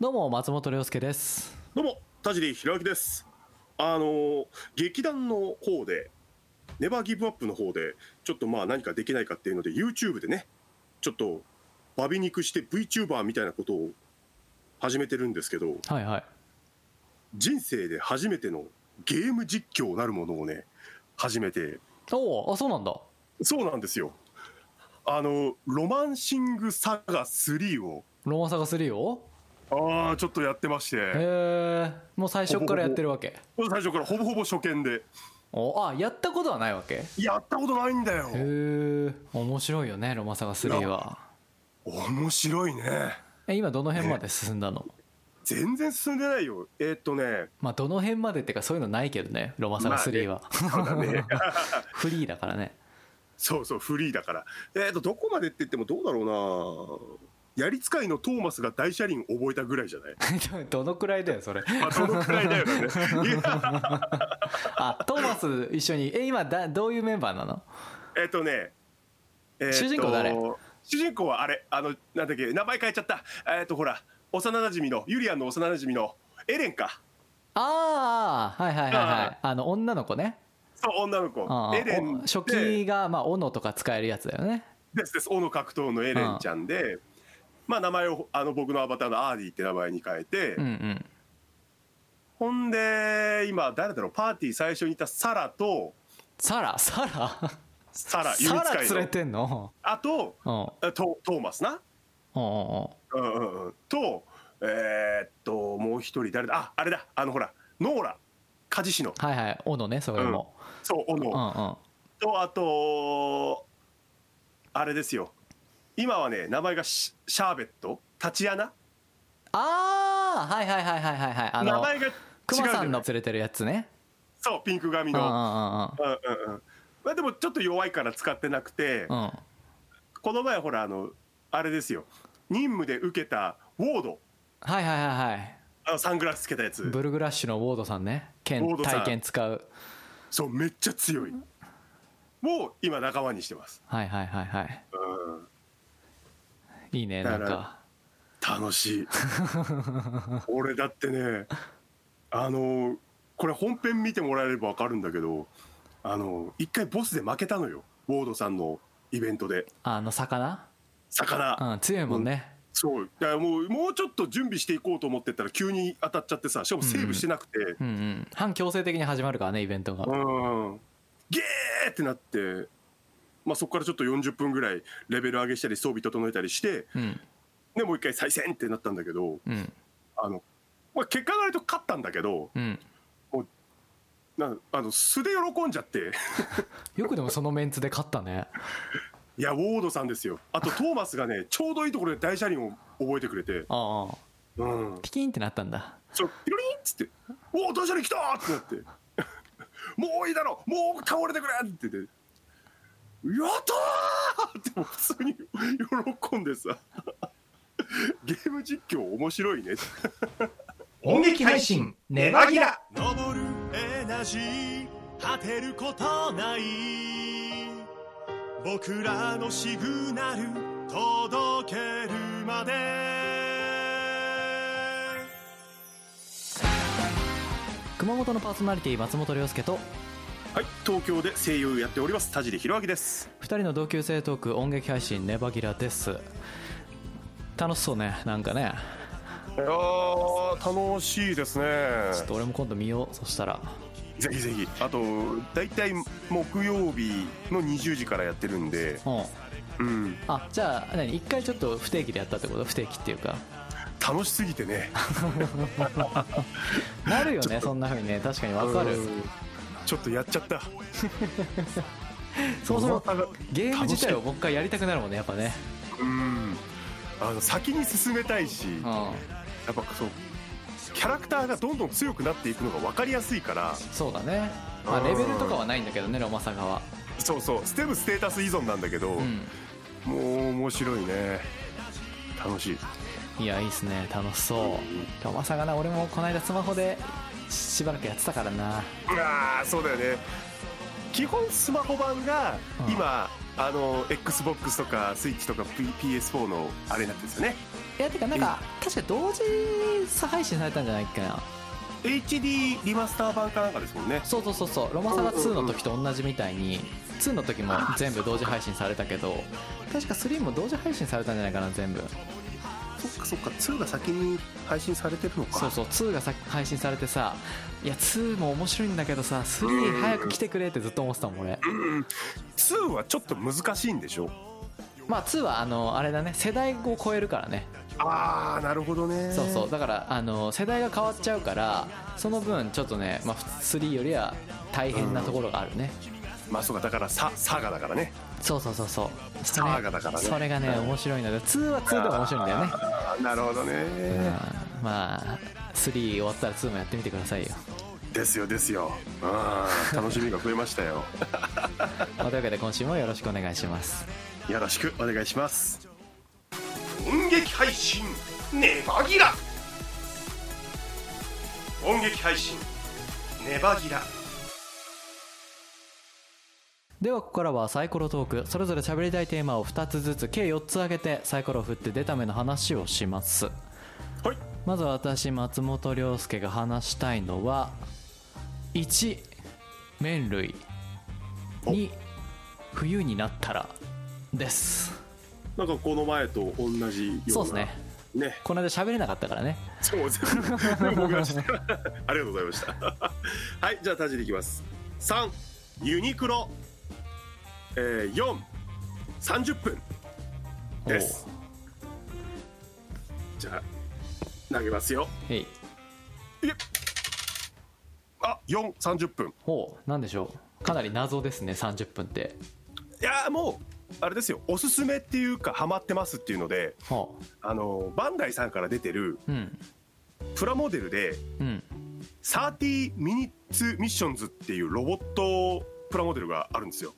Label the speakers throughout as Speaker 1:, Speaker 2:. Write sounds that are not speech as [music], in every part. Speaker 1: どうも松本涼介です
Speaker 2: どうも田尻弘明ですあのー劇団の方でネバーギブアップの方でちょっとまあ何かできないかっていうので YouTube でねちょっとバビ肉して VTuber みたいなことを始めてるんですけど
Speaker 1: はいはい
Speaker 2: 人生で初めてのゲーム実況なるものをね始めて
Speaker 1: おおあそうなんだ
Speaker 2: そうなんですよあの「ロマンシングサガ3を」
Speaker 1: ロマサガ3を
Speaker 2: ああちょっとやってまして
Speaker 1: へえもう最初からやってるわけ
Speaker 2: 最初からほぼほぼ初見で
Speaker 1: おあやったことはないわけへ
Speaker 2: やったことないんだよ
Speaker 1: え面白いよねロマサガ3は
Speaker 2: 面白いね
Speaker 1: え今どの辺まで進んだの
Speaker 2: 全然進んでないよえーっとね
Speaker 1: まあどの辺までってかそういうのないけどねロマサガ3は、
Speaker 2: そうだね
Speaker 1: [laughs] フリーだからね [laughs]
Speaker 2: そうそうフリーだからえーっとどこまでって言ってもどうだろうなやり使いのトーマスが大車輪覚えたぐらいじゃない、
Speaker 1: どのくらいだよ [laughs] それ
Speaker 2: まあ、そのくらいだ
Speaker 1: [laughs]
Speaker 2: よねいや
Speaker 1: あトーマス一緒にえ今だどういうメンバーなの
Speaker 2: えっとね、えーっと
Speaker 1: 主人公誰
Speaker 2: 主人公はあれあのなんだっけ名前変えちゃったえーっとほら幼馴染のユリアンの幼馴染のエレンか
Speaker 1: ああはいはいはいはいあの女の子ね
Speaker 2: そう女の子
Speaker 1: ああ
Speaker 2: エレン
Speaker 1: お初
Speaker 2: で
Speaker 1: 期がまあ斧とか使えるやつだよね
Speaker 2: ですです斧格闘のエレンちゃんで、まあ名前をあの僕のアバターのアーディって名前に変えて、
Speaker 1: うんうん
Speaker 2: ほんで今誰だろうパーティー最初にいたサラと
Speaker 1: サラサラ
Speaker 2: サラ
Speaker 1: サラ連
Speaker 2: 唯
Speaker 1: れ
Speaker 2: 一会の
Speaker 1: てんの
Speaker 2: あと
Speaker 1: うん
Speaker 2: あトトーマスな、
Speaker 1: うんうんうん
Speaker 2: うんうんうん、とえーっともう一人誰だああれだあのほらノーラ梶志の
Speaker 1: はいはい斧ねそれも
Speaker 2: そう斧、
Speaker 1: うんうん
Speaker 2: とあとあれですよ今はね名前がシシャーベットタチアナ
Speaker 1: ああーはいはいはいはいはいはいあ
Speaker 2: 名
Speaker 1: の
Speaker 2: 前が違う
Speaker 1: ク
Speaker 2: じゃ
Speaker 1: マ
Speaker 2: ない
Speaker 1: さんの連れてるやつね
Speaker 2: そうピンク髪
Speaker 1: うんうん
Speaker 2: のうんうんうんまあでもちょっと弱いから使ってなくて、
Speaker 1: うんうん
Speaker 2: この前ほらあのあれですよ任務で受けたウォード
Speaker 1: はいはいはいはい
Speaker 2: あのサングラスつけたやつ
Speaker 1: ブルグラッシュのウォードさんね剣
Speaker 2: ウォードさん
Speaker 1: 体験使う
Speaker 2: そうめっちゃ強いを今仲間にしてます、
Speaker 1: はいはいはいはい
Speaker 2: うん、
Speaker 1: いいね
Speaker 2: だ
Speaker 1: なん
Speaker 2: から
Speaker 1: か
Speaker 2: 楽し
Speaker 1: [laughs]
Speaker 2: い俺だってねあのこれ本編見てもらえれば分かるんだけどあの一回ボスで負けたのよウォードさんのイベントで
Speaker 1: あの魚
Speaker 2: 魚、
Speaker 1: うん強いもんね
Speaker 2: そうだからもうもうちょっと準備していこうと思ってたら急に当たっちゃってさしかもセーブしてなくて、
Speaker 1: うんうん反強制的に始まるからねイベントが
Speaker 2: うん、ゲーってなって、まあ、そこからちょっと40分ぐらいレベル上げしたり装備整えたりして
Speaker 1: うん
Speaker 2: でもう一回再戦ってなったんだけど
Speaker 1: うん
Speaker 2: あの、まあ、結果が割と勝ったんだけど
Speaker 1: うん
Speaker 2: なんあの素で喜んじゃって
Speaker 1: よくでもそのメンツで勝ったね
Speaker 2: いやウォードさんですよあとトーマスがねちょうどいいところで大車輪を覚えてくれて、
Speaker 1: ああ
Speaker 2: うん、
Speaker 1: ピキンってなったんだ
Speaker 2: そうピロリンっつって「おお大車輪来た!」ってなって「もういいだろもう倒れてくれ!」って言って。やったーってもう普通に喜んでさゲーム実況面白いね
Speaker 3: 音劇配信ネバギラ
Speaker 2: 登るエナジー果てることない僕らのシグナル届けるまで
Speaker 1: 熊本のパーソナリティ松本涼介と
Speaker 2: はい東京で声優やっております田尻弘明です
Speaker 1: 2人の同級生トーク音劇配信ネバギラです楽しそうねなんかね
Speaker 2: いやー楽しいですね
Speaker 1: ちょっと俺も今度見ようそしたら
Speaker 2: ぜひぜひあと大体木曜日の20時からやってるんで
Speaker 1: うん
Speaker 2: うん
Speaker 1: あじゃあ何一回ちょっと不定期でやったってこと不定期っていうか
Speaker 2: 楽しすぎてね
Speaker 1: なるよねそんなふうにね確かにわかる
Speaker 2: うんちょっとやっちゃった
Speaker 1: [laughs] そもそも
Speaker 2: あの
Speaker 1: ゲーム自体をもう一回やりたくなるもんねやっぱね
Speaker 2: うんあの先に進めたいし
Speaker 1: う
Speaker 2: や
Speaker 1: ん
Speaker 2: っぱそうキャラクターがどんどん強くなっていくのが分かりやすいから
Speaker 1: そうだねまあ
Speaker 2: うん
Speaker 1: レベルとかはないんだけどねロマサガは
Speaker 2: そうそうステムステータス依存なんだけど、
Speaker 1: うん
Speaker 2: もう面白いね楽しい
Speaker 1: いやいいっすね楽しそうロマサガな俺もこの間スマホでしばらくやってたからな
Speaker 2: ああそうだよね基本スマホ版が
Speaker 1: うん
Speaker 2: 今、あの XBOX とか Switch とか P- PS4 のあれなんですよね
Speaker 1: いやてかなんか確か同時配信されたんじゃないかな
Speaker 2: HD リマスター版かなんかですもんね
Speaker 1: そうそうそうそう「ロマサガ2」の時と同じみたいに2の時も全部同時配信されたけど確か3も同時配信されたんじゃないかな全部
Speaker 2: そっかそっか2が先に配信されてるのか
Speaker 1: そうそう2がさ配信されてさいや2も面白いんだけどさ3早く来てくれってずっと思ってたもん俺
Speaker 2: 2はちょっと難しいんでしょ
Speaker 1: まあ2はあのあれだね世代を超えるからね
Speaker 2: ああなるほどね
Speaker 1: そうそうだからあの世代が変わっちゃうからその分ちょっとね、まあ、3よりは大変なところがあるね、
Speaker 2: まあそうかだからさサガだからね
Speaker 1: そうそうそうそう
Speaker 2: サーガだからね
Speaker 1: それがね面白いので2は2でも面白いんだよね
Speaker 2: あーなるほどね
Speaker 1: うんまあ3終わったら2もやってみてくだ [laughs] さいよ、
Speaker 2: ですよですよあー楽しみが増えましたよ
Speaker 1: まあというわけで今週もよろしくお願いします
Speaker 2: よろしくお願いします
Speaker 3: 音劇配信ネバギラ音劇配信ネバギラ
Speaker 1: ではここからはサイコロトークそれぞれ喋りたいテーマを2つずつ計4つ挙げてサイコロを振って出た目の話をします
Speaker 2: はい
Speaker 1: まずは私松本涼介が話したいのは1麺類
Speaker 2: お
Speaker 1: 2冬になったらです
Speaker 2: なんかこの前と同じような
Speaker 1: そうですね
Speaker 2: ね
Speaker 1: この間喋れなかったからね
Speaker 2: そう全
Speaker 1: [laughs]
Speaker 2: 部全部僕がしてありがとうございましたはいじゃあタジでいきます3ユニクロ、えー、430分ですじゃあ投げますよ
Speaker 1: おうえい
Speaker 2: あ430分
Speaker 1: ほうなんでしょうかなり謎ですね30分って
Speaker 2: いやーもうあれですよおすすめっていうかハマってますっていうので
Speaker 1: ほ
Speaker 2: あのバンダイさんから出てる
Speaker 1: ううん
Speaker 2: プラモデルで
Speaker 1: うん
Speaker 2: 30ミニッツミッションズっていうロボットプラモデルがあるんですよ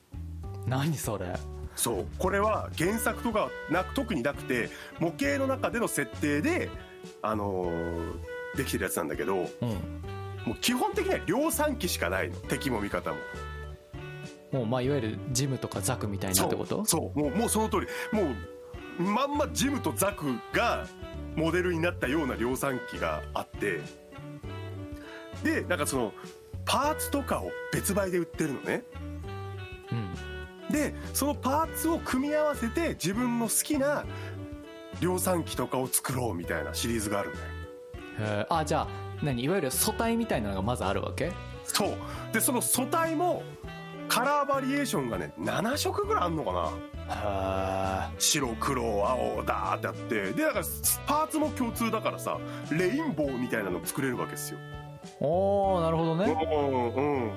Speaker 1: 何それ
Speaker 2: そうこれは原作とかなく特になくて模型の中での設定で、あのーできてるやつなんだけども
Speaker 1: うん
Speaker 2: う基本的には量産機しかないの敵も味方も
Speaker 1: もうまあいわゆるジムとかザクみたいな
Speaker 2: そう
Speaker 1: ってこと
Speaker 2: そうもうもうその通りもうまんまジムとザクがモデルになったような量産機があってでなんかそのパーツとかを別売で売ってるのね
Speaker 1: うん
Speaker 2: でそのパーツを組み合わせて自分の好きな量産機とかを作ろうみたいなシリーズがあるんだよ
Speaker 1: へーあじゃあ何いわゆる素体みたいなのがまずあるわけ
Speaker 2: そうでその素体もカラーバリエーションがね7色ぐらいあんのかな
Speaker 1: は
Speaker 2: 白黒青だーってあってでだからパーツも共通だからさレインボーみたいなの作れるわけですよ。
Speaker 1: おおなるほど
Speaker 2: う
Speaker 1: ね
Speaker 2: んうん、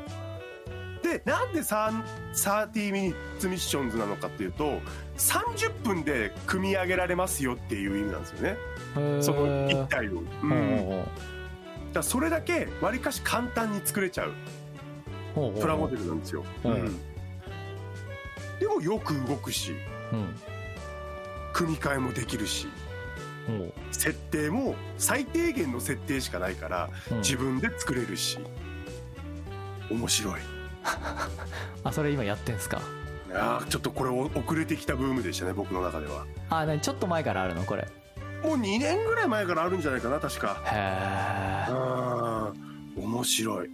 Speaker 2: でなんで3 30ミニッツミッションズなのかっていうと30分で組み上げられますよっていう意味なんですよねその
Speaker 1: へー
Speaker 2: 1体を。う、
Speaker 1: ほうん
Speaker 2: だか
Speaker 1: ほう
Speaker 2: らそれだけわりかし簡単に作れちゃう
Speaker 1: ほうほう
Speaker 2: プラモデルなんですよ。
Speaker 1: うん
Speaker 2: でもよく動くし
Speaker 1: うん
Speaker 2: 組み替えもできるし
Speaker 1: ほう
Speaker 2: 設定も最低限の設定しかないから
Speaker 1: うん
Speaker 2: 自分で作れるし面白い
Speaker 1: あそれ今やってんすか
Speaker 2: あーちょっとこれお遅れてきたブームでしたね僕の中では
Speaker 1: あ何ちょっと前からあるのこれへ
Speaker 2: もう2年ぐらい前からあるんじゃないかな確か
Speaker 1: え
Speaker 2: あー面白い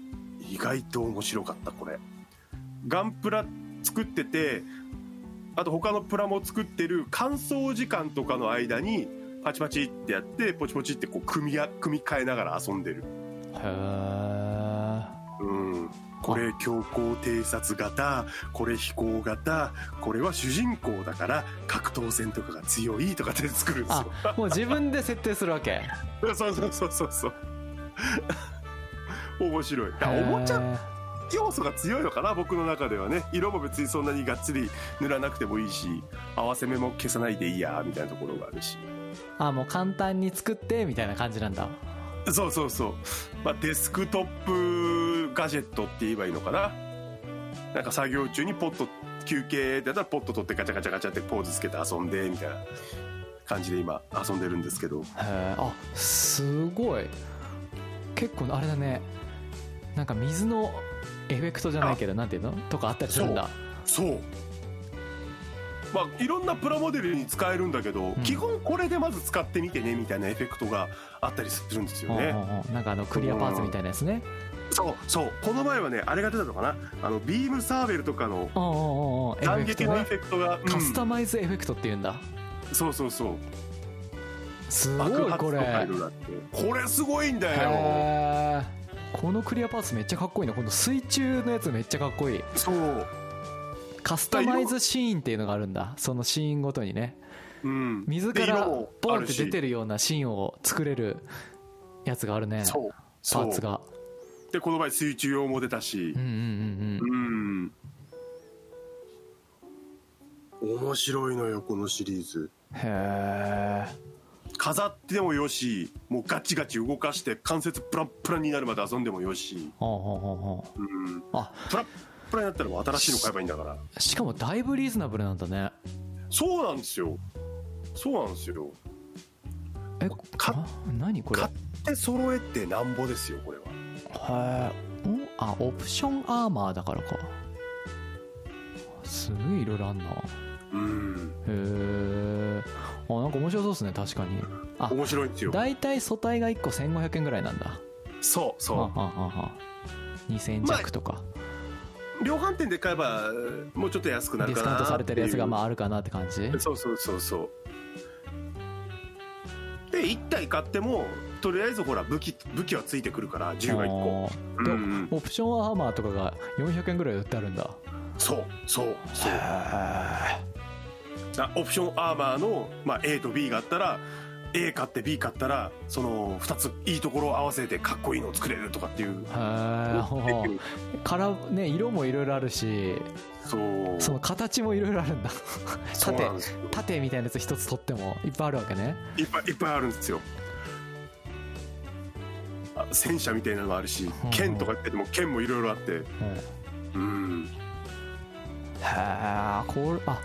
Speaker 2: 意外と面白かったこれガンプラ作っててあと他のプラも作ってる乾燥時間とかの間にパチパチってやってポチポチってこう組みや組み替えながら遊んでる
Speaker 1: へえ
Speaker 2: うん、これ強行偵察型これ飛行型これは主人公だから格闘戦とかが強いとかって作るんですよ
Speaker 1: あもう自分で設定するわけ
Speaker 2: そうそうそうそうそう [laughs] 面白いいやおもちゃ
Speaker 1: ゃ
Speaker 2: 要素が強いのかな僕の中ではね色も別にそんなにがっつり塗らなくてもいいし合わせ目も消さないでいいやみたいなところがあるし
Speaker 1: あもう簡単に作ってみたいな感じなんだ
Speaker 2: そうそうそう、まあ、デスクトップガジェットって言えばいいのかななんか作業中にポッと休憩だったらポッと取ってガチャガチャガチャってポーズつけて遊んでみたいな感じで今遊んでるんですけど
Speaker 1: へえあすごい結構あれだねなんか水のエフェクトじゃないけどなんていうのとかあったりするんだ
Speaker 2: そうまあいろんなプラモデルに使えるんだけど、
Speaker 1: ん
Speaker 2: 基本これでまず使ってみてねみたいなエフェクトがあったりするんですよね、
Speaker 1: うんうんうんなんかあのクリアパーツみたいなやつね
Speaker 2: そうそうこの前はねあれが出たのかなあのビームサーベルとかの
Speaker 1: うんうんうんうんエフェク
Speaker 2: 断撃
Speaker 1: ト
Speaker 2: のエ
Speaker 1: ね
Speaker 2: フェクトが、うん
Speaker 1: カスタマイズエフェクトっていうんだ
Speaker 2: そうそうそう
Speaker 1: す
Speaker 2: 爆
Speaker 1: ごい
Speaker 2: 発
Speaker 1: ことれ
Speaker 2: か色々あってこれすごいんだよ
Speaker 1: へーこのクリアパーツめっちゃかっこいいなこの水中のやつめっちゃかっこいい
Speaker 2: そう
Speaker 1: カスタマイズシーンっていうのがあるんだそのシーンごとにね
Speaker 2: うん
Speaker 1: 水からボンって出て
Speaker 2: る
Speaker 1: るようなシーンを作れるやつがあるね
Speaker 2: そうそ
Speaker 1: パ
Speaker 2: う
Speaker 1: ーツが
Speaker 2: でこの前水中用も出たし
Speaker 1: うんうんうんうん
Speaker 2: うん面白いのよこのシリーズ
Speaker 1: へえ
Speaker 2: 飾ってもよしもうガチガチ動かして関節プランプランになるまで遊んでもよし、
Speaker 1: ほうほうほうほう
Speaker 2: うん、
Speaker 1: あ
Speaker 2: プランプランになったらもう新しいの買えばいいんだから
Speaker 1: しかもだいぶリーズナブルなんだね
Speaker 2: そうなんですよそうなんですよ
Speaker 1: え
Speaker 2: か
Speaker 1: あ何これ
Speaker 2: 買って揃えてなんぼですよこれは
Speaker 1: へえんあオプションアーマーだからかすごいいろいろあんなへ
Speaker 2: うん
Speaker 1: えあなんか面白そうですね確かにあ
Speaker 2: 面白いんですよ
Speaker 1: だいたい素体が1個1500円ぐらいなんだ
Speaker 2: そう
Speaker 1: はあ
Speaker 2: そ
Speaker 1: はあはあはあ2000弱とか、
Speaker 2: う量販店で買えばもうちょっと安くな
Speaker 1: デ
Speaker 2: る
Speaker 1: ィス
Speaker 2: か
Speaker 1: カウン
Speaker 2: な
Speaker 1: トされてるやつがまあ
Speaker 2: あ
Speaker 1: あるかなって感じ
Speaker 2: そうそうそうそうで1体買ってもとりあえずほら武器武器はついてくるから銃が1個
Speaker 1: あー
Speaker 2: う
Speaker 1: で
Speaker 2: ん
Speaker 1: も
Speaker 2: うん
Speaker 1: オプションアーマーとかが400円ぐらいで売ってあるんだ
Speaker 2: そうそうそう
Speaker 1: へ
Speaker 2: だオプションアーマーの、まあ、A と B があったら A 買って B 買ったらその2ついいところを合わせてかっこいいのを作れるとかっていう
Speaker 1: えほうほうからね色もいろいろあるし
Speaker 2: そう
Speaker 1: その形もいろいろあるん
Speaker 2: [laughs]
Speaker 1: だ
Speaker 2: そう
Speaker 1: 縦
Speaker 2: なんですよ
Speaker 1: 縦みたいなやつ一つ取ってもいっぱいあるわけね
Speaker 2: いっぱいいっぱいあるんですよあ戦車みたいなのもあるし
Speaker 1: うん
Speaker 2: 剣とか言ってても剣もいろいろあって
Speaker 1: うん
Speaker 2: うん
Speaker 1: へえこれあ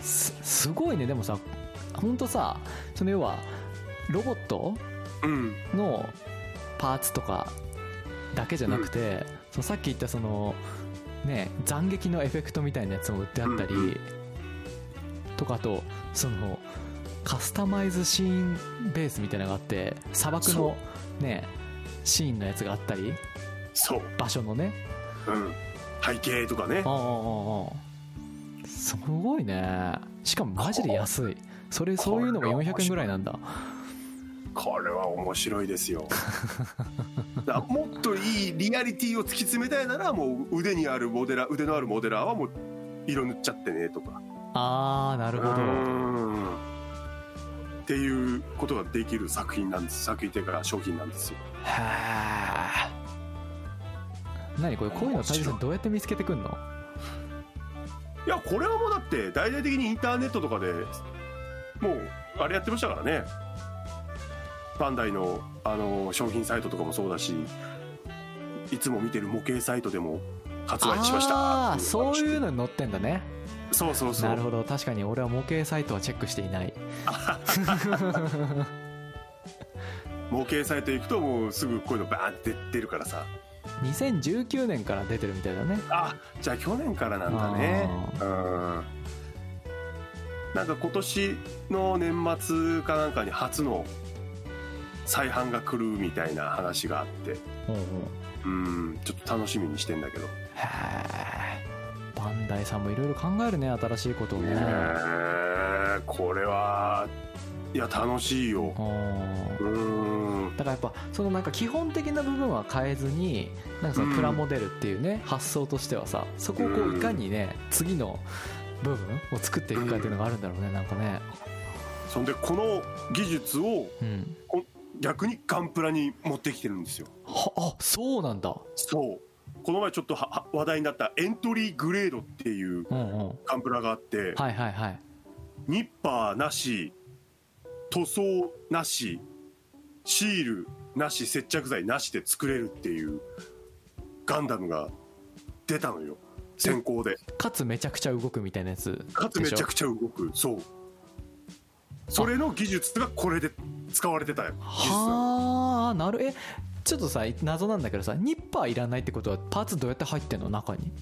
Speaker 1: すすごいねでもさほんとさその要はロボット
Speaker 2: うん
Speaker 1: のパーツとかだけじゃなくて、そのさっき言ったそのね斬撃のエフェクトみたいなやつも売ってあったり、
Speaker 2: うんう
Speaker 1: とかあとそのカスタマイズシーンベースみたいなのがあって砂漠の
Speaker 2: そ
Speaker 1: ねシーンのやつがあったり
Speaker 2: そう、
Speaker 1: 場所のね
Speaker 2: うん、背景とかね
Speaker 1: あああああすごいねしかもマジで安いそれそういうのが400円ぐらいなんだ
Speaker 2: これは面白いですよ [laughs] だからもっといいリアリティを突き詰めたいならもう腕にあるモデラー腕のあるモデラーはもう色塗っちゃってねとか
Speaker 1: ああなるほど
Speaker 2: うんっていうことができる作品なんです作品っていうか商品なんですよ
Speaker 1: はあ何これこういうの大切にどうやって見つけてくんの
Speaker 2: いやこれはもうだって大々的にインターネットとかでもうあれやってましたからねバンダイのあの商品サイトとかもそうだしいつも見てる模型サイトでも発売しました
Speaker 1: ああそういう
Speaker 2: の
Speaker 1: のに載ってんだね
Speaker 2: そうそうそう
Speaker 1: なるほど確かに俺は模型サイトはチェックしていない
Speaker 2: 模型サイト行くともうすぐこういうのバーンって出るからさ
Speaker 1: 2019年から出てるみたいだね
Speaker 2: あじゃあ去年からなんだねうんなんか今年の年末かなんかに初の再販が来るみたいな話があって
Speaker 1: うんうん
Speaker 2: うんちょっと楽しみにしてんだけど
Speaker 1: へえバンダイさんもいろいろ考えるね新しいことをね
Speaker 2: ねえこれはいや楽しいよ
Speaker 1: うん
Speaker 2: うん
Speaker 1: だからやっぱそのなんか基本的な部分は変えずになんかそのプラモデルっていうね、発想としてはさそこをこう
Speaker 2: うん
Speaker 1: いかにね次の部分を作っていくかっていうのがあるんだろうねなんかね
Speaker 2: そんでこの技術を
Speaker 1: うん
Speaker 2: 逆にガンプラに持ってきてるんですよ
Speaker 1: はあそうなんだ
Speaker 2: そうこの前ちょっとはは話題になったエントリーグレードっていう
Speaker 1: うんうん
Speaker 2: ガンプラがあって、
Speaker 1: はいはいはい
Speaker 2: ニッパーなし塗装なしシールなし接着剤なしで作れるっていうガンダムが出たのよ先行で
Speaker 1: かつめちゃくちゃ動くみたいなやつ
Speaker 2: かつめちゃく
Speaker 1: ち
Speaker 2: ちゃ動くそうそれの技術がこれで使われてたよ技術なの
Speaker 1: はあなるえちょっとさ謎なんだけどさニッパーいらないってことはパーツどうやって入ってんの中に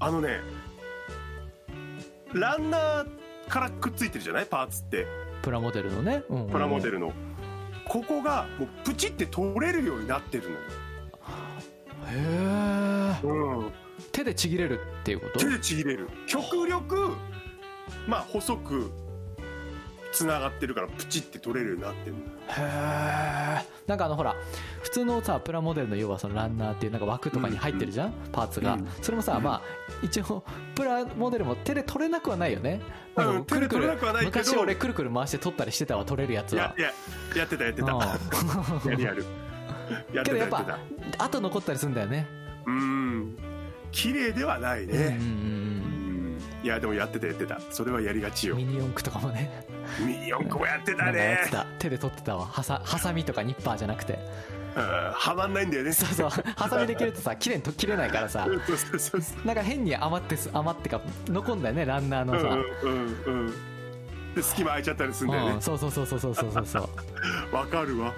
Speaker 2: あのねランナーからくっついてるじゃないパーツって
Speaker 1: プラモデルのね、うんうん
Speaker 2: プラモデルの、ここがもうプチって取れるようになってる
Speaker 1: へえ
Speaker 2: のよ、うん、
Speaker 1: 手でちぎれるっていうこと
Speaker 2: 手でちぎれる極力まあ細くつながってるからプチって取れるようになってるのよ
Speaker 1: へえんかあのほら普通のさプラモデルの要はそのランナーっていうなんか枠とかに入ってるじゃん、パーツが、
Speaker 2: うん
Speaker 1: それもさ、まあ一応プラモデルも手で取れなくはないよね、
Speaker 2: うん
Speaker 1: なんかくるく
Speaker 2: 手で取
Speaker 1: る
Speaker 2: れなくはないけど
Speaker 1: 昔俺くるくる回して取ったりしてたわ取れるやつ
Speaker 2: や
Speaker 1: は
Speaker 2: ややってたやってた
Speaker 1: う
Speaker 2: [laughs] や
Speaker 1: ん
Speaker 2: るやるやって
Speaker 1: けどやって
Speaker 2: たやっ
Speaker 1: ぱ
Speaker 2: た
Speaker 1: あと残ったりするんだよね
Speaker 2: うん綺麗ではないね
Speaker 1: うんうん
Speaker 2: うんいやでもやってたやってたそれはやりがち
Speaker 1: うん
Speaker 2: よ
Speaker 1: ミニ四駆とかもね
Speaker 2: ミニ四駆もやって
Speaker 1: な
Speaker 2: た
Speaker 1: んかやって
Speaker 2: ね
Speaker 1: た手で取ってたわはさハサミとかニッパーじゃなくて
Speaker 2: うんはまんないんだよね
Speaker 1: そうそうハサミで切るとさ綺麗にと切れないからさ
Speaker 2: うん [laughs] そうそうそうそう
Speaker 1: なんか変に余ってす余ってか残んだよねランナーのさ、
Speaker 2: うんうんうんで隙間空いちゃったりするんだよ
Speaker 1: う
Speaker 2: ね
Speaker 1: ん、そうそうそうそうそうそうそうそう
Speaker 2: [laughs] わかるわ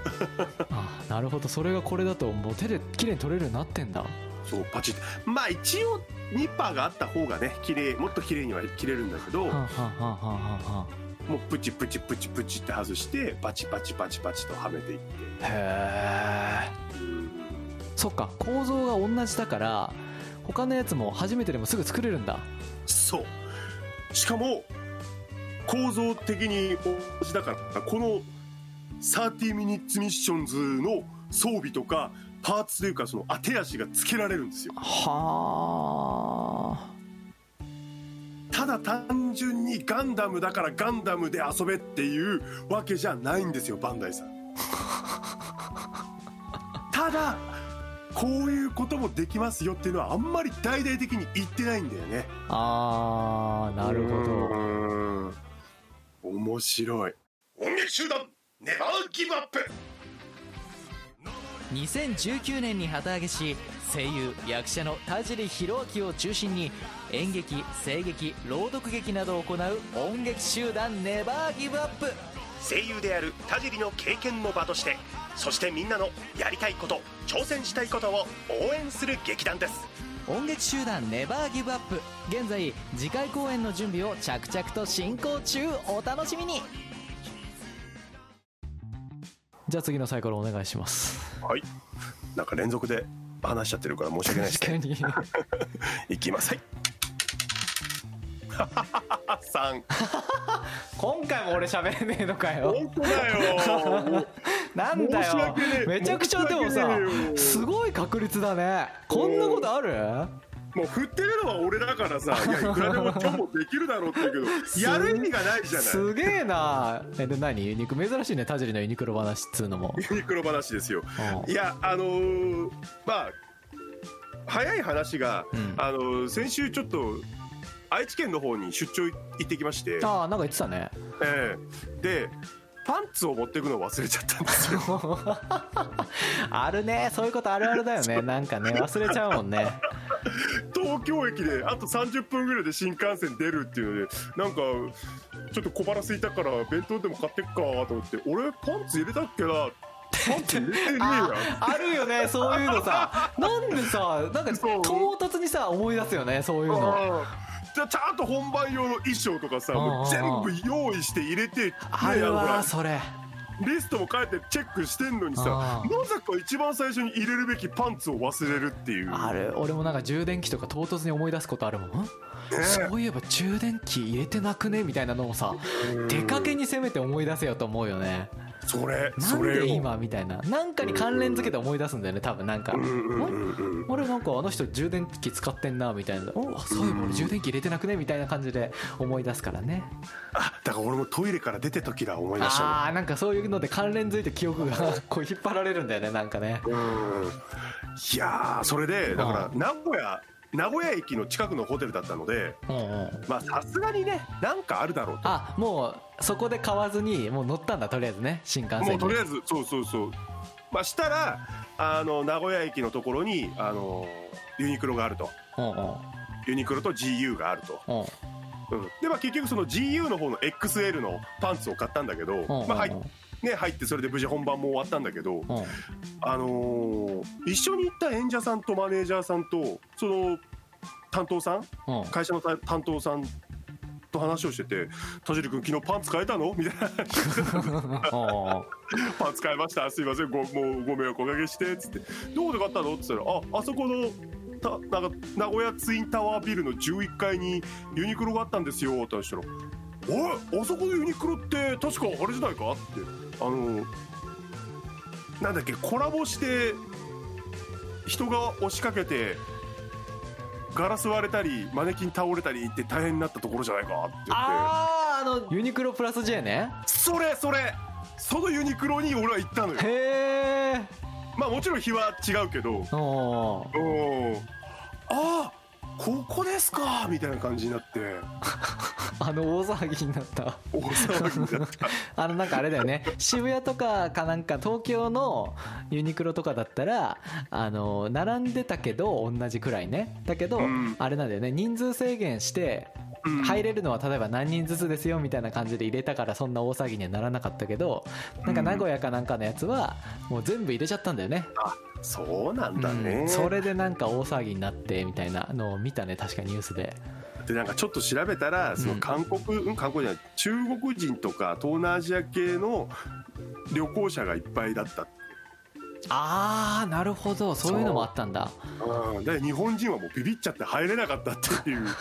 Speaker 1: あなるほどそれがこれだともう手で綺麗に取れるようになってんだ
Speaker 2: そうパチッまあ一応ニッパーがあった方がね綺麗もっと綺麗には切れるんだけど、
Speaker 1: はんはんはんはんはんはん
Speaker 2: もうプチプチプチプチって外してパチパチパチパチとはめていって
Speaker 1: へえそっか構造が同じだから他のやつも初めてでもすぐ作れるんだ
Speaker 2: そうしかも構造的に同じだからこの30ミニッツミッションズの装備とかパーツというかその当て足がつけられるんですよ
Speaker 1: はあ
Speaker 2: ただ単純にガンダムだからガンダムで遊べっていうわけじゃないんですよバンダイ
Speaker 1: [laughs]
Speaker 2: さんただこういうこともできますよっていうのはあんまり大々的に言ってないんだよね
Speaker 1: あーなるほど
Speaker 2: ど面白い音楽集団ネバーギブアップ
Speaker 4: 2019年に旗揚げし声優役者の田尻弘明を中心に演劇声劇朗読劇などを行う音劇集団ネバーギブアップ
Speaker 2: 声優である田尻の経験の場としてそしてみんなのやりたいこと挑戦したいことを応援する劇団です
Speaker 4: 音劇集団ネバーギブアップ現在次回公演の準備を着々と進行中お楽しみに
Speaker 1: じゃあ次のサイコロお願いします
Speaker 2: はいなんか連続で話しちゃってるから申
Speaker 1: [laughs]
Speaker 2: し訳ないです
Speaker 1: 確か
Speaker 2: ね
Speaker 1: に
Speaker 2: いきますはい [laughs] 三。
Speaker 1: 今回も俺喋れねえのかよ
Speaker 2: 本当だ [laughs] よ
Speaker 1: [laughs] なんだ
Speaker 2: 申し
Speaker 1: よ
Speaker 2: 訳ねえ
Speaker 1: めちゃくちゃでも
Speaker 2: 申し
Speaker 1: さ
Speaker 2: 訳ねえよ
Speaker 1: すごい確率だねこんなことある
Speaker 2: もう振ってるのは俺だからさいやいくらでも今日もできるだろうって言うけどやる意味がないじゃない
Speaker 1: すげえなえで何ユニクロ珍しいね田尻のユニクロ話っつうのも
Speaker 2: ユニクロ話ですよ
Speaker 1: うん
Speaker 2: いやあのーまあ早い話が、
Speaker 1: うん
Speaker 2: あのー先週ちょっと愛知県の方に出張行ってきまして、
Speaker 1: ああなんか言ってたね
Speaker 2: ええでパンツを持っていくのを忘れちゃったんですよ
Speaker 1: [laughs] あるねそういうことあるあるだよねなんかね忘れちゃうもんね
Speaker 2: 東京駅であと30分ぐらいで新幹線出るっていうのでなんかちょっと小腹空いたから弁当でも買ってっかと思って俺パンツ入れたっけなパンツ入れてねえや
Speaker 1: あ [laughs] あるよねそういうのさなんでさなんか
Speaker 2: そう
Speaker 1: 唐突にさ思い出すよねそういうの
Speaker 2: ああじゃあちゃんと本番用の衣装とかさもう全部用意して入れて
Speaker 1: あ
Speaker 2: ね
Speaker 1: る
Speaker 2: ほら
Speaker 1: わそれ
Speaker 2: リストも書いてチェックしてんのにさ
Speaker 1: あー
Speaker 2: なぜか一番最初に入れるべきパンツを忘れるっていう
Speaker 1: ある俺もなんか充電器とか唐突に思い出すことあるもん、そういえば充電器入れてなくねみたいなのをさ出かけにせめて思い出せよと思うよね
Speaker 2: それ
Speaker 1: な
Speaker 2: そ
Speaker 1: ん
Speaker 2: れ
Speaker 1: で
Speaker 2: を
Speaker 1: 今みたいななんかに関連付けて思い出すんだよね多分なんか、
Speaker 2: うんうんうんうん
Speaker 1: あれなんかあの人充電器使ってんなみたいなおそういえば俺充電器入れてなくねみたいな感じで思い出すからね
Speaker 2: あだから俺もトイレから出て時だ思い出したの
Speaker 1: ああーなんかそういうので関連付いて記憶が [laughs] こう引っ張られるんだよねなんかね
Speaker 2: うんいやーそれでだから
Speaker 1: う
Speaker 2: 名古屋名古屋駅の近くのホテルだったので
Speaker 1: うんうん
Speaker 2: まあさすがにねなんかあるだろうと
Speaker 1: あもうそこで買わずにもう乗ったんだとりあえずね新幹線に
Speaker 2: もうとりあえずそうそうそうまあしたらあの名古屋駅のところにあのユニクロがあると
Speaker 1: うんうん
Speaker 2: ユニクロと GU があると
Speaker 1: うん
Speaker 2: うんでまあ、結局その GU の方の XL のパンツを買ったんだけど、
Speaker 1: うんうんうん
Speaker 2: まあ、入っね、入ってそれで無事本番も終わったんだけど、
Speaker 1: うん
Speaker 2: あのー一緒に行った演者さんとマネージャーさんとその担当さん
Speaker 1: [laughs] うん
Speaker 2: 会社の担担当さんと話をしてて「田尻君昨日パンツ変えたの?」みたいな
Speaker 1: あ
Speaker 2: 「パンツ変えましたすいませんごもうご迷惑おかけして」っつって「どこで買ったの?」っつったら「ああそこのたなんか名古屋ツインタワービルの11階にユニクロがあったんですよ」って話したら「おいあそこのユニクロって確かあれじゃないか?」ってあのなんだっけコラボして人が押しかけてガラス割れたりマネキン倒れたりって大変になったところじゃないかって言って
Speaker 4: あああの
Speaker 1: ユニクロプラス J ね
Speaker 2: それそれそのユニクロに俺は行ったのよ
Speaker 1: へえ
Speaker 2: まあもちろん日は違うけど
Speaker 1: おー
Speaker 2: うんああここですかみたいな感じにな
Speaker 1: [laughs]
Speaker 2: って
Speaker 1: あの大騒ぎになった
Speaker 2: 大騒ぎになった
Speaker 1: [laughs] あのなんかあれだよね渋谷とかかなんか東京のユニクロとかだったらあの並んでたけど同じくらいねだけど、
Speaker 2: うん
Speaker 1: あれなんだよね人数制限して
Speaker 2: うん
Speaker 1: 入れるのは例えば何人ずつですよみたいな感じで入れたからそんな大騒ぎにはならなかったけどなんか名古屋かなんかのやつはもう全部入れちゃったんだよね、
Speaker 2: そうなんだね、
Speaker 1: うんそれでなんか大騒ぎになってみたいなのを見たね確かニュースで
Speaker 2: でなんかちょっと調べたらその韓国、うん、韓国じゃない中国人とか東南アジア系の旅行者がいっぱいだった、
Speaker 1: ああなるほどそういうのもあったんだ
Speaker 2: うん、で日本人はもうビビっちゃって入れなかったっていう
Speaker 1: [laughs]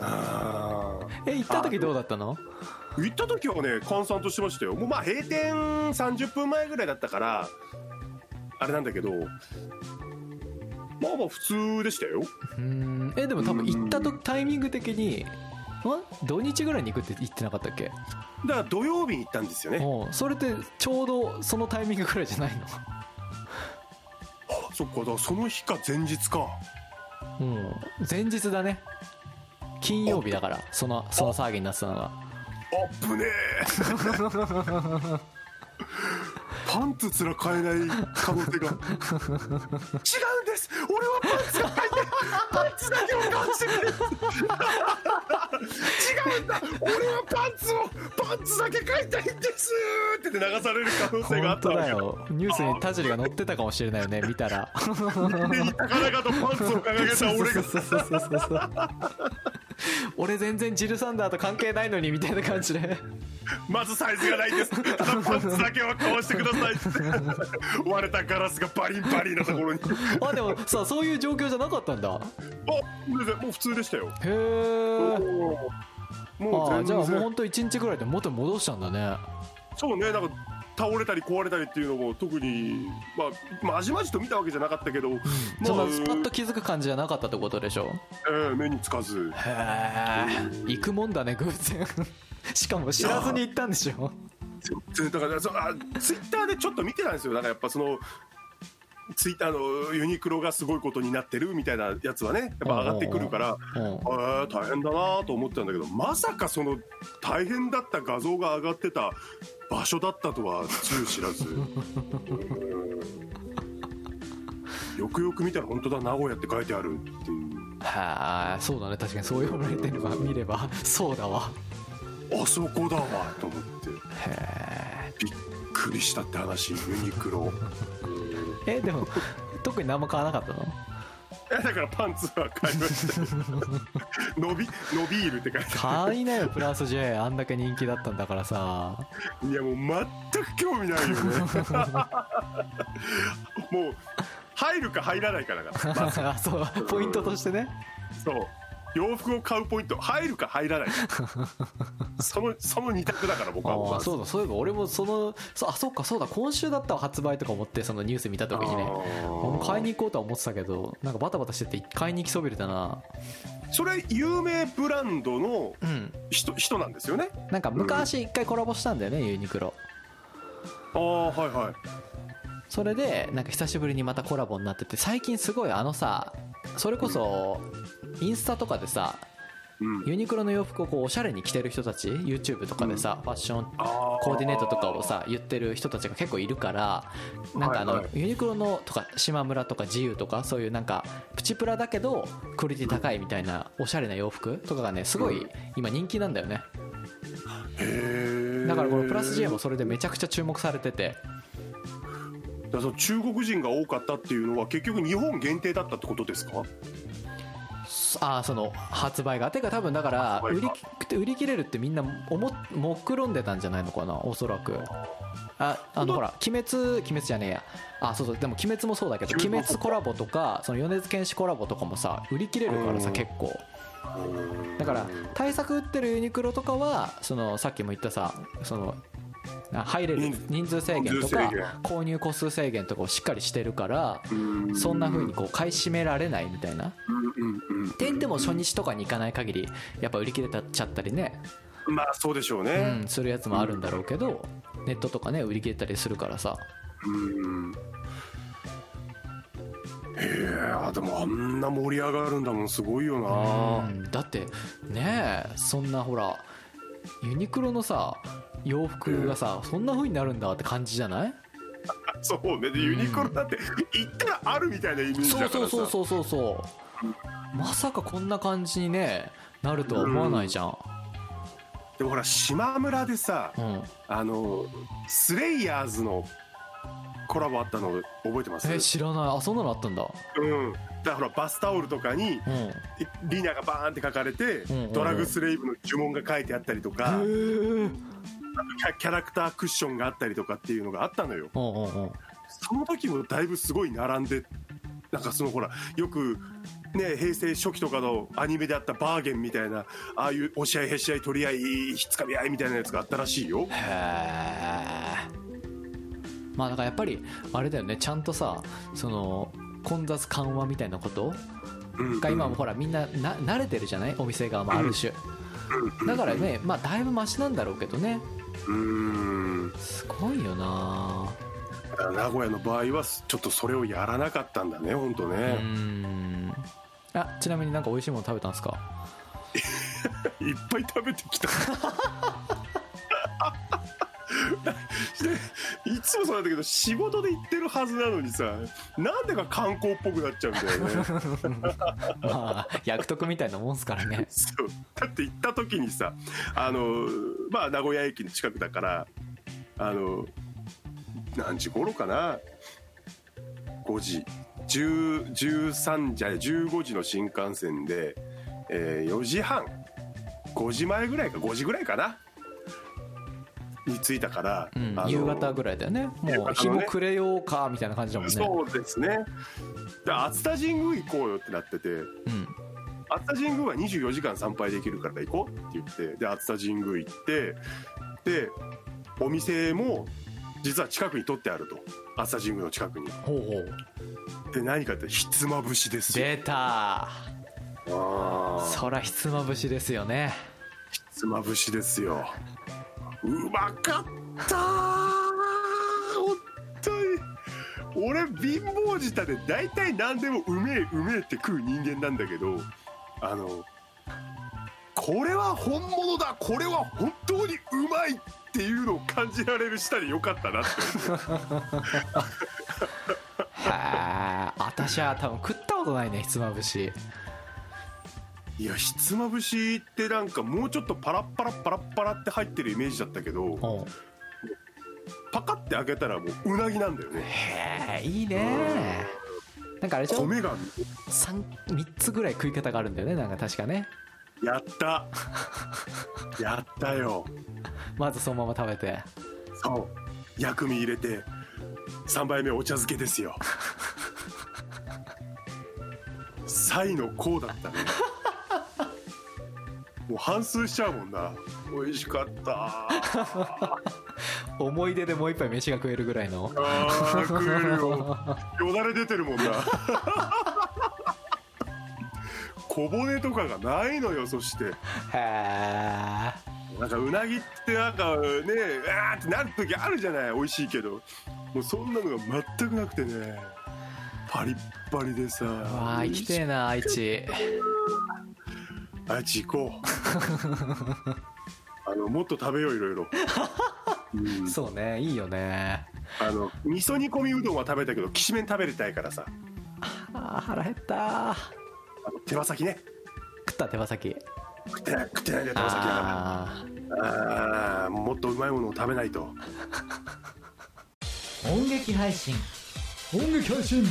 Speaker 2: あー
Speaker 1: え行った時どうだったの
Speaker 2: 行った時はね閑散としてましたよもうまあ閉店30分前ぐらいだったからあれなんだけどまあまあ普通でしたよ
Speaker 1: うーんえでも多分行ったとタイミング的にん土日ぐらいに行くって言ってなかったっけ
Speaker 2: だから土曜日に行ったんですよね
Speaker 1: うんそれってちょうどそのタイミングぐらいじゃない
Speaker 2: あそっかだからその日か前日か
Speaker 1: のうん前日だね金曜日だからそのその騒ぎになってたのが
Speaker 2: あぶねえパンツすら買えない可能性が違うんです俺はパンツが買いたいパンツだけを買ってる違うんだ俺はパンツをパンツだけ買いたいんですって流される可能性があ
Speaker 1: 本
Speaker 2: った
Speaker 1: 当
Speaker 2: わ
Speaker 1: だ
Speaker 2: けよ
Speaker 1: よニュースに田尻が載ってたかもしれないよね見たら
Speaker 2: 手に高々とパンツを掲げた俺が
Speaker 1: そうそうそうそうそう俺全然ジルサンダーと関係ないのにみたいな感じで
Speaker 2: まずサイズがないんですただパンツだけは買わしてくださいって割れたガラスがバリンバリンなところに
Speaker 1: あでもさそういう状況じゃなかったんだ
Speaker 2: あ全然もう普通でしたよ
Speaker 1: へえ
Speaker 2: もう
Speaker 1: ああ
Speaker 2: 全
Speaker 1: じゃあ
Speaker 2: 然
Speaker 1: もう本当一日ぐらいで元に戻したんだね
Speaker 2: そうねなんか倒れたり壊れたりっていうのも特にまあまじまじと見たわけじゃなかったけど、ま
Speaker 1: そ
Speaker 2: あ
Speaker 1: のスパッと気づく感じじゃなかったってことでしょ
Speaker 2: えー目につかず
Speaker 1: へえ行くもんだね偶然 [laughs] しかも知らずに行ったんでしょ
Speaker 2: 全然だからそあツイッターでちょっと見てたんですよだからやっぱそのツイッターのユニクロがすごいことになってるみたいなやつはねやっぱ上がってくるから
Speaker 1: うん
Speaker 2: えー大変だなと思ってたんだけどまさかその大変だった画像が上がってた場所だったとはつゆ知ら
Speaker 1: [laughs]
Speaker 2: ずうんよくよく見たら本当だ名古屋って書いてあるっていう
Speaker 1: はあそうだね確かにそう言われてれば見ればそうだわ
Speaker 2: あそこだわと思って
Speaker 1: へ
Speaker 2: びっくりしたって話ユニクロ
Speaker 1: ええでも特に何も買わなかったの
Speaker 2: えだからパンツは買
Speaker 1: [laughs]
Speaker 2: いました伸び伸びーるって書いてあ
Speaker 1: 買いなよプラス J あんだけ人気だったんだからさ
Speaker 2: るいやもう全く興味ないよね [laughs] もう入るか入らないかだか
Speaker 1: [laughs]
Speaker 2: ら
Speaker 1: そうポイントとしてね
Speaker 2: そう洋服を買うポイント入るか入らないかそのその二択だから僕は
Speaker 1: ああそうだそういえば俺もそのそうあそうかそうだ今週だったわ発売とか思ってそのニュース見た時にね俺も買いに行こうとは思ってたけどなんかバタバタしてて買いに行きそびれたな
Speaker 2: それ有名ブランドの
Speaker 1: うん
Speaker 2: 人人なんですよね
Speaker 1: なんか昔一回コラボしたんだよねユニクロ
Speaker 2: ああはいはい
Speaker 1: それでなんか久しぶりにまたコラボになってて最近すごいあのさそれこそインスタとかでさ
Speaker 2: うん
Speaker 1: ユニクロの洋服をこうおしゃれに着てる人たち YouTube とかでさファッション
Speaker 2: あ
Speaker 1: コーディネートとかをさ言ってる人たちが結構いるからなんかあの、
Speaker 2: はいは
Speaker 1: ユニクロのとか島村とか自由とかそういうなんかプチプラだけどクオリティ高いみたいなおしゃれな洋服とかがねすごい今人気なんだよね、
Speaker 2: へえ
Speaker 1: だからこのプラス J もそれでめちゃくちゃ注目されてて
Speaker 2: だからその中国人が多かったっていうのは結局日本限定だったってことですか
Speaker 1: あーその発売がてか多分だから
Speaker 2: 発売
Speaker 1: 売り
Speaker 2: が
Speaker 1: き売り切れるってみんな思っ目論んでたんじゃないのかなおそらくああのほら「鬼滅」「鬼滅」じゃねえやあそうそうでも「鬼滅」もそうだけど「
Speaker 2: 鬼
Speaker 1: 鬼
Speaker 2: 滅も
Speaker 1: 滅」コラボとかその米津玄師コラボとかもさ売り切れるから
Speaker 2: う
Speaker 1: さ
Speaker 2: ん
Speaker 1: 結構だから対策売ってるユニクロとかはそのさっきも言ったさそのあ入れる
Speaker 2: 人
Speaker 1: 人数制限と
Speaker 2: 人
Speaker 1: か
Speaker 2: 数制限
Speaker 1: 購入個数制限とかをしっかりしてるからそんな風にこう買い占められないみたいな点でも初日とかに行かない限りやっぱ売り切れちゃったりね、
Speaker 2: まあそうでしょう
Speaker 1: う
Speaker 2: ね、
Speaker 1: ん、するやつもあるんだろうけどネットとかね売り切れたりするからさ
Speaker 2: うんへえでもあんな盛り上がるんだもんすごいよ
Speaker 1: う
Speaker 2: な
Speaker 1: んだってねえそんなほらユニクロのさ洋服がさそんな風になるんだって感じじゃない
Speaker 2: そうねでユニクロだって行ったらあるみたいなイメージ
Speaker 1: そ
Speaker 2: だ
Speaker 1: う
Speaker 2: か
Speaker 1: そ
Speaker 2: ら
Speaker 1: うそう
Speaker 2: さ
Speaker 1: そうそうそうまさかこんな感じにねなるとは思わないじゃん
Speaker 2: でもほら島村でさ
Speaker 1: うん
Speaker 2: あのスレイヤーズのコラボあったの覚えてます
Speaker 1: え知らないあそんなのあったんだ
Speaker 2: うんだからほらバスタオルとかに
Speaker 1: うんへ
Speaker 2: リナがバーンって書かれて、
Speaker 1: んうんうん
Speaker 2: ドラグスレイブの呪文が書いてあったりとか、キ
Speaker 1: え
Speaker 2: ャキャラクタークッションがあったりとかっていうのがあったのよ
Speaker 1: うんうんうん
Speaker 2: その時もだいぶすごい並んでなんかそのほらよくね平成初期とかのアニメであったバーゲンみたいなああいう押し合いへし合い取り合いひっつかみ合いみたいなやつがあったらしいよ
Speaker 1: へーまあだからやっぱりあれだよねちゃんとさその混雑緩和みたいなこと
Speaker 2: うん
Speaker 1: が今もほらみんなな慣れてるじゃないお店側もある種だからねまあだいぶマシなんだろうけどね
Speaker 2: うん
Speaker 1: すごいよな
Speaker 2: だから名古屋の場合はちょっとそれをやらなかったんだね本当
Speaker 1: う
Speaker 2: ね、
Speaker 1: んあちなみになんか美味しいもの食べたんですか
Speaker 2: [laughs] いっぱい食べてきたでいつもそうなんだけど仕事で行ってるはずなのにさなんでか観光っぽくなっちゃうんだよね
Speaker 1: まあ役得みたいなもんすからね
Speaker 2: そうだって行った時にさあのまあ名古屋駅の近くだからあの何時頃かな5時10 13じゃない15時の新幹線で、えー4時半5時前ぐらいか5時ぐらいかなに着いたから、
Speaker 1: うん
Speaker 2: あの
Speaker 1: 夕方ぐらいだよね
Speaker 2: 夕
Speaker 1: もう日
Speaker 2: 方の
Speaker 1: も
Speaker 2: ね
Speaker 1: 暮れようかみたいな感じだもんね
Speaker 2: そうですねで熱田神宮行こうよってなってて
Speaker 1: うん
Speaker 2: 熱田神宮は24時間参拝できるから行こうって言ってで熱田神宮行ってでお店も実は近くに取ってあると熱田神宮の近くに
Speaker 1: ほうほう
Speaker 2: で何かってひつまぶしですよ
Speaker 1: 出た
Speaker 2: あー
Speaker 1: そらひつまぶしですよね
Speaker 2: ひつまぶしですようまかったー本当に俺貧乏舌で大体何でもうめえうめえって食う人間なんだけどあのこれは本物だこれは本当にうまいっていうのを感じられる舌でよかったなって
Speaker 1: はあ私は多分食ったことないねひつまぶし
Speaker 2: いやひつまぶしってなんかもうちょっとパラッパラッパラッパラって入ってるイメージだったけど
Speaker 1: うん
Speaker 2: パカって開けたらもううなぎなんだよね
Speaker 1: へえいいねなんかあれでしょ
Speaker 2: 米が
Speaker 1: 3, 三つぐらい食い方があるんだよねなんか確かね
Speaker 2: やったやったよ
Speaker 1: まずそのまま食べて
Speaker 2: そう薬味入れて3杯目お茶漬けですよサイのこうだったねもう反数しちゃうもんな美味しかった
Speaker 1: 思い出でもう一杯飯が食えるぐらいの
Speaker 2: あー食えるよよだれ出てるもんな小骨とかがないのよそして
Speaker 1: へえ
Speaker 2: なんかうなぎってなんかねうわーってなる時あるじゃない美味しいけどもうそんなのが全くなくてねパリッパリでさ
Speaker 1: わあ行きてえな愛知
Speaker 2: あいち行こう [laughs] あのもっと食べよういろいろ、うん
Speaker 1: そうねいいよね
Speaker 2: あの味噌煮込みうどんは食べたけどきしめん食べれたいからさ
Speaker 1: あー腹減った
Speaker 2: あの手羽先ね
Speaker 1: 食った手羽先
Speaker 2: 食ってない食ってないでお酒だ
Speaker 1: あ
Speaker 2: からあーもっとうまいものを食べないと
Speaker 4: 音劇配信
Speaker 1: ー音楽配信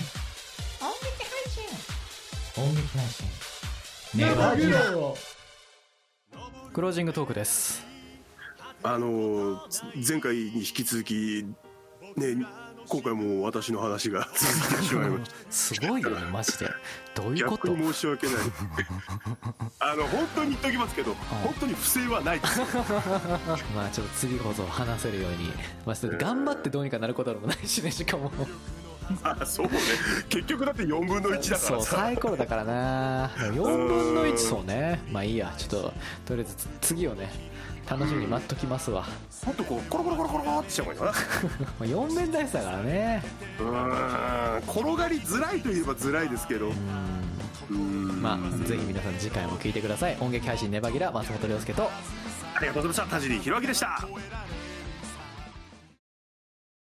Speaker 4: 音劇配信
Speaker 1: ネバギラクロージングトークです
Speaker 2: あのー前回に引き続きね今回も私の話が続いてしまいました
Speaker 1: すごいよねマジでどういうこ
Speaker 2: 逆
Speaker 1: と
Speaker 2: に申し
Speaker 1: [laughs]
Speaker 2: 訳ないあの本当に言っておきますけど本当に不正はないです
Speaker 1: [laughs] まあちょっと次こそ話せるよう [laughs] に、まあ、ちょっと頑張ってどうにかなることでもないしねし [laughs] かも
Speaker 2: あそうね結局だって4分の1だか
Speaker 1: そ
Speaker 2: ら
Speaker 1: う
Speaker 2: さ
Speaker 1: サイコロだから [laughs] な4分の1そうねまあいいやちょっととりあえずつ次をね楽しみに待っときますわ、 [laughs]
Speaker 2: もっとこうコロコロコロコロってしちゃうのかな
Speaker 1: まあ、4面ダイスだからね
Speaker 2: うーん転がりづらいといえばづらいですけど
Speaker 1: うんまあぜひ皆さん次回も聞いてください音劇配信ネバギラ松本涼介と
Speaker 2: ありがとうございました田尻弘明でした